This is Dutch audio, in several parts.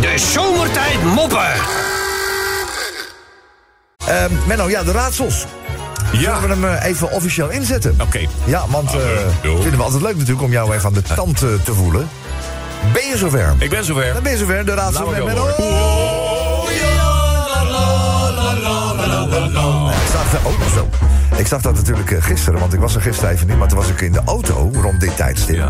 De zomertijd moppen. Ehm Menno, ja, de raadsels. Ja, Zullen we oké. hem eh, even officieel inzetten? Ja, want eh eh, joh. vinden we altijd leuk natuurlijk om jou even aan de tand eh, te voelen. Ben je zover? Ik ben zover. Dan ben je zover, de raadsel Laat maar komen, met Menno. Ik zag de auto zo. Ik zag dat natuurlijk eh, gisteren, want ik was er gisteren even niet, maar toen was ik in de auto rond dit tijdstip. Ja.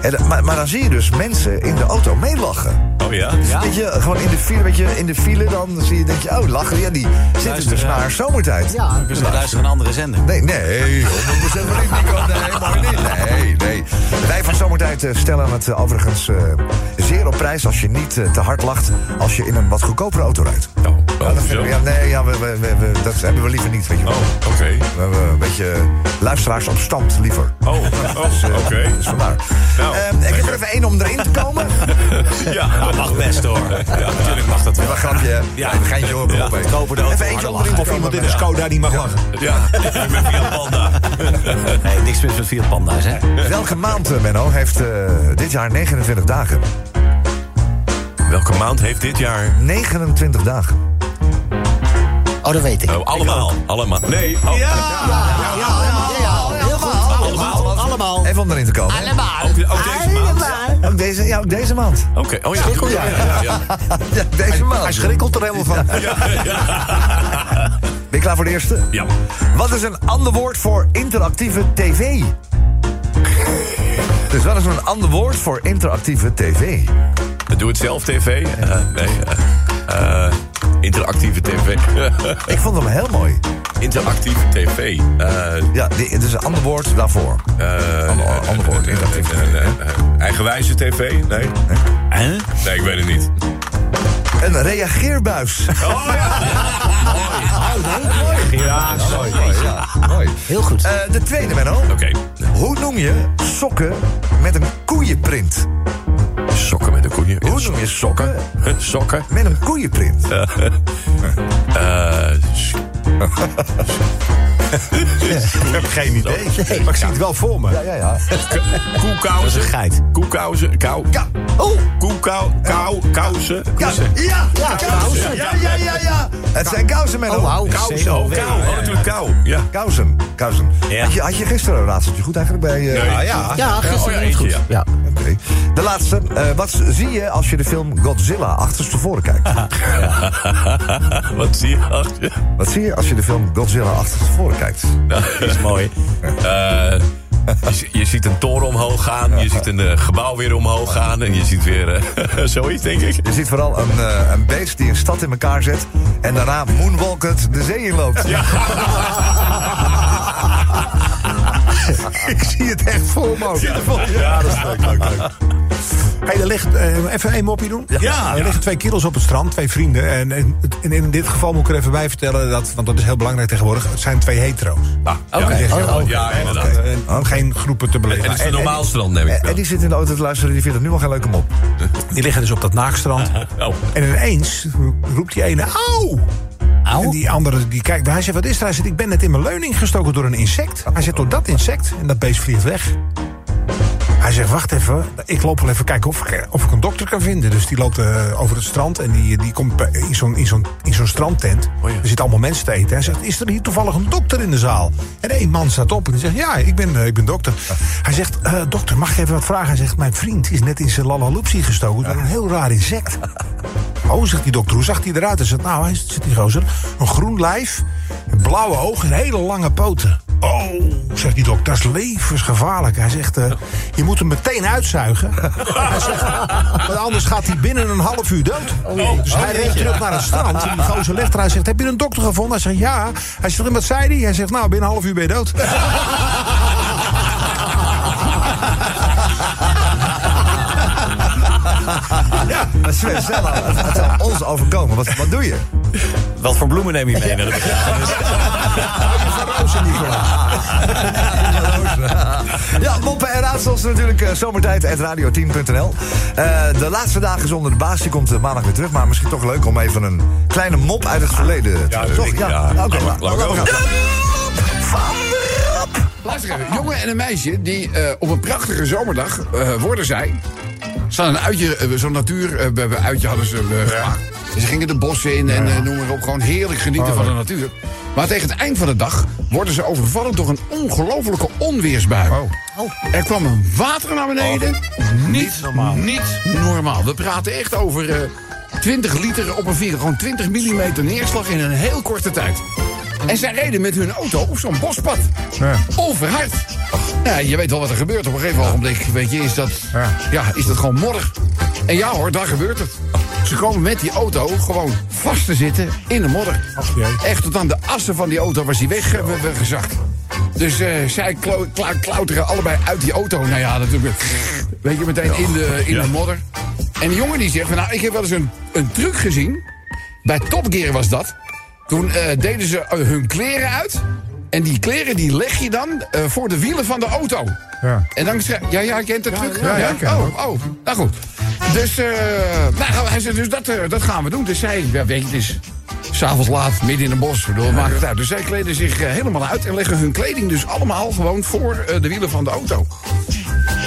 En, dan- maar, maar dan zie je dus mensen in de auto meelachen. Oh ja? Ja. Weet je, gewoon in de file, weet je, in de file dan zie je, denk je, oh, lachen. Ja, die zitten dus Luisteren, ja. naar zomertijd. Ja, dus we luisteren naar andere zender. Nee, nee, 100% van niet, Nico. Nee, maar niet. Nee, nee. Wij van Zomertijd eh, stellen het eh, overigens eh, zeer op prijs als je niet eh, te hard lacht als je in een wat goedkopere auto rijdt. Oh, oh, Ja, dat zo. vinden we, ja, nee, ja, we, we, we- we- dat hebben we liever niet, weet je wel. Oh, oké. We hebben een beetje eh, luisteraars op stand liever. Oh, oh, oké. Dus vandaar. Nou, Ehm, ik heb lekker. er even één om erin te komen. Ja, dat mag best hoor. Ja, natuurlijk mag dat Ja, wel. maar grapje, hè? Ja. een geintje hoor. Ja, goedkoper de auto, Even eentje harder om erin te lachen. komen. in een Skoda die mag lachen. Ja, ik ben via Panda. Nee, niks mis met Fiat Panda's, hè? Welke maand, eh, Menno, heeft eh, dit jaar 29 dagen? Welke maand heeft dit jaar? 29 dagen. Oh, dat weet ik. Oh, allemaal. Allemaal. Nee. Oh, Heel goed. Allemaal. Allemaal. Even om erin te komen. Allemaal. Ook, ook deze maand? Ook deze, ja, ook deze maand. Oké. Oh ja, goed. Ja, ja, ja. Ja, deze maand. Hij schrikkelt er helemaal van. Ben je klaar voor de eerste? ja. Wat is een ander woord voor interactieve tv? dus wat is een ander woord voor interactieve tv? Doe het zelf tv. Eh, nee. eh, eh, interactieve tv. Ik vond hem heel mooi. interactieve tv. Eh, eh, Ja, di- het is een ander woord daarvoor. Ander- ander woord, eh, interactieve eh, eh, eh, Eigenwijze tv? Nee. Hè? Nee, ik weet het niet. Een reageerbuis. Oh ja. Ja, zo. mooi. Heel goed. Eh, de tweede, Menno. Oké. Hoe noem je sokken met een koeienprint? Sokken met een koeien. Hoe noem je sokken Sokken. met een koeienprint? Eh, Ik heb geen idee. Maar ik zie het wel voor me. Ja, ja, ja. Koekousen. geit. Koekousen. Kou. Ja. Oh, Koekousen. Kou. Kousen. ja, ja, ja, kousen. Ja, ja, ja, ja. Het zijn kousen, Menno. Oh, wauw. Kousen. Oh, kou. Oh, natuurlijk kou. Ja. Kousen, kousen. Ja. Had, je, had je gisteren een raadseltje goed eigenlijk bij... eh, Nee. ah, Ja, Oh, ja, gisteren is eentje, goed. ja. Ja. oké. De laatste. Eh, wat zie je als je de film Godzilla achterstevoren kijkt? Wat zie je Oh, achter je? wat zie je als je de film Godzilla achterstevoren kijkt? Dat is mooi. Eh, je, zi- je ziet een toren omhoog gaan, je ziet een eh, gebouw weer omhoog gaan en je ziet weer eh, zoiets, denk ik. Je ziet vooral een, eh, een beest die een stad in elkaar zet... en daarna moonwalkend de zee inloopt. Ja. Ik zie het echt voor me. ook. Ja, dat is leuk, leuk, leuk. Hey, er ligt, eh, even een mopje doen. Ja, er liggen twee kerels op het strand, twee vrienden. En, en, en in dit geval moet ik er even bij vertellen, dat, want dat is heel belangrijk tegenwoordig. Het zijn twee hetero's. Ah, ja, Dat zeg je wel. ja, inderdaad. En En- en Geen groepen te beleven. het is een En- en- normaal strand, neem ik En wel. die zit in de auto te luisteren, die vindt het nu al geen leuke mop. Die liggen dus op dat naakstrand. Oh, En ineens roept die ene, auw! En die andere die kijkt, hij zegt, wat is er? Hij zegt, ik ben net in mijn leuning gestoken door een insect. Hij zegt, door dat insect. En dat beest vliegt weg. Hij zegt, wacht even, ik loop wel even kijken of ik, eh, of ik een dokter kan vinden. Dus die loopt eh, over het strand en die, die komt bij- in zo'n in zo'n in zo'n strandtent. Oh ja. Er zitten allemaal mensen te eten. Hij zegt, is er hier toevallig een dokter in de zaal? En één man staat op en die zegt, ja, ik ben, eh, ik ben dokter. Hij zegt, eh, dokter, mag ik even wat vragen? Hij zegt, mijn vriend is net in zijn lalaloopsie gestoken door een heel raar insect. Oh, zegt die dokter, hoe zag hij eruit? Hij zegt, nou, hij zit die gozer. Een groen lijf, blauwe ogen en hele lange poten. Oh, zegt die dokter, dat is levensgevaarlijk. Hij zegt, eh, je moet hem meteen uitzuigen. hij zegt, want anders gaat hij binnen een half uur dood. dus hij rent terug naar het strand. En die gozer legt er, hij zegt, heb je een dokter gevonden? Hij zegt, ja. Hij zegt, en wat zei hij? Hij zegt, nou, binnen een half uur ben je dood. Maar Sven, stel nou, het, het zal ons overkomen. Wat, wat doe je? Wat voor bloemen neem je mee? naar de Ja, moppen en raadsels natuurlijk eh, zomertijd at radio10.nl. Eh, de laatste dagen zonder de baas, die komt eh, maandag weer terug. Maar misschien toch leuk om even een kleine mop uit het verleden te Ja, dat denk ik, ja. oké. Laat maar- nou, laat maar laten we gaan. Van de Rap. Luister even. Een jongen en een meisje die eh, op een prachtige zomerdag eh, worden zij Ze hadden een uitje, eh, zo'n natuur, eh, bij- bij uitje hadden ze eh, gemaakt. En ze gingen de bossen in en eh, noem maar op. Gewoon heerlijk genieten van de natuur. Maar tegen het eind van de dag worden ze overvallen door een ongelofelijke onweersbui. Oh. Er kwam een water naar beneden. Oh, niet, normaal. niet normaal. We praten echt over eh, 20 liter op een vier. Gewoon 20 millimeter neerslag in een heel korte tijd. En zij reden met hun auto op zo'n bospad. Ja. Overhard. Ja, je weet wel wat er gebeurt op een gegeven ogenblik. Weet je, is dat, Ja. ja. is dat gewoon modder? En ja hoor, daar gebeurt het. Ze komen met die auto gewoon vast te zitten in de modder. Ach, jee. Echt tot aan de assen van die auto was die weg, eh, we- we gezakt. Dus eh, zij klo- kla- klauteren allebei uit die auto. Nou ja, natuurlijk. Weet je, meteen in de, in de modder. En die jongen die zegt, van, nou, ik heb wel eens een, een truc gezien. Bij Top Gear was dat. Toen eh, deden ze eh, hun kleren uit. En die kleren die leg je dan eh, voor de wielen van de auto. Ja. En dan schrijf Ja, ja, ik kent het truc. ja, ik ken het oh, oh, nou goed. Dus, eh, nou, hij zei, dus dat, eh, dat gaan we doen. Dus zij, ja, weet je, het is s'avonds laat, midden in een bos, bedoel, maakt het uit. Dus zij kleden zich eh, helemaal uit en leggen hun kleding dus allemaal gewoon voor eh, de wielen van de auto.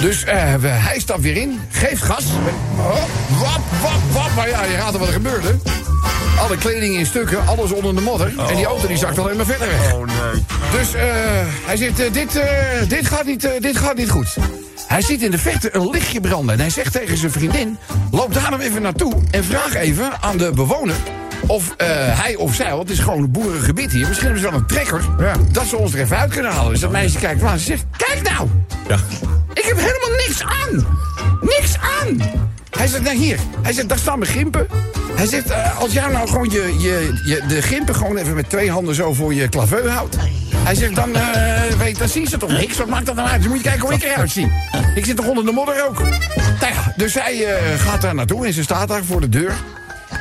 Dus eh, we- hij stapt weer in, geeft gas. Oh, wap, wap, wap. Maar ja, je raadt al wat er gebeurde. Alle kleding in stukken, alles onder de modder. En Oh. die auto die zakt alleen maar verder weg. Dus eh, hij zegt, eh, dit, eh, dit, gaat niet, eh, dit gaat niet goed. Hij ziet in de verte een lichtje branden. En hij zegt tegen zijn vriendin, loop daar nou even naartoe... en vraag even aan de bewoner of eh, hij of zij... want het is gewoon een boerengebied hier... misschien hebben ze wel een trekker... Ja. dat ze ons er even uit kunnen halen. Dus dat meisje kijkt maar en ze zegt, kijk nou! Ik heb helemaal niks aan. Niks aan. Hij zegt, nou hier. Hij zegt, daar staan mijn gimpen. Hij zegt, eh, als jij nou gewoon je, je, je, de gimpen gewoon even met twee handen zo voor je claveu houdt. Hij zegt, dan, eh, weet, dan zien ze toch niks. Wat maakt dat nou uit? Dan moet je kijken hoe ik eruit zie. Ik zit toch onder de modder ook. Nou ja, dus zij eh, gaat daar naartoe en ze staat daar voor de deur.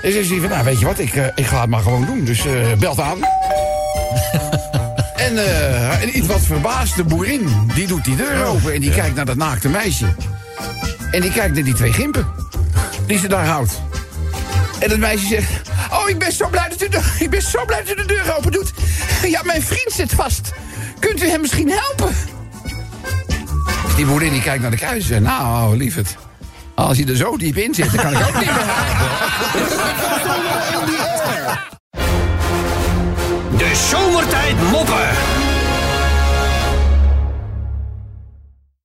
En ze zegt, van, nou weet je wat, ik, eh, ik ga het maar gewoon doen. Dus eh, belt aan. En eh, een iets wat verbaasde boerin, die doet die deur open en die kijkt naar dat naakte meisje. En die kijkt naar die twee gimpen die ze daar houdt. En dat meisje zegt, oh ik ben zo blij dat u de, ik ben zo blij dat u de deur open doet. Ja, mijn vriend zit vast. Kunt u hem misschien helpen? Die boerin die kijkt naar de kruis en zegt, nou lieverd, als je er zo diep in zit, dan kan ik ook niet meer De zomertijd moppen.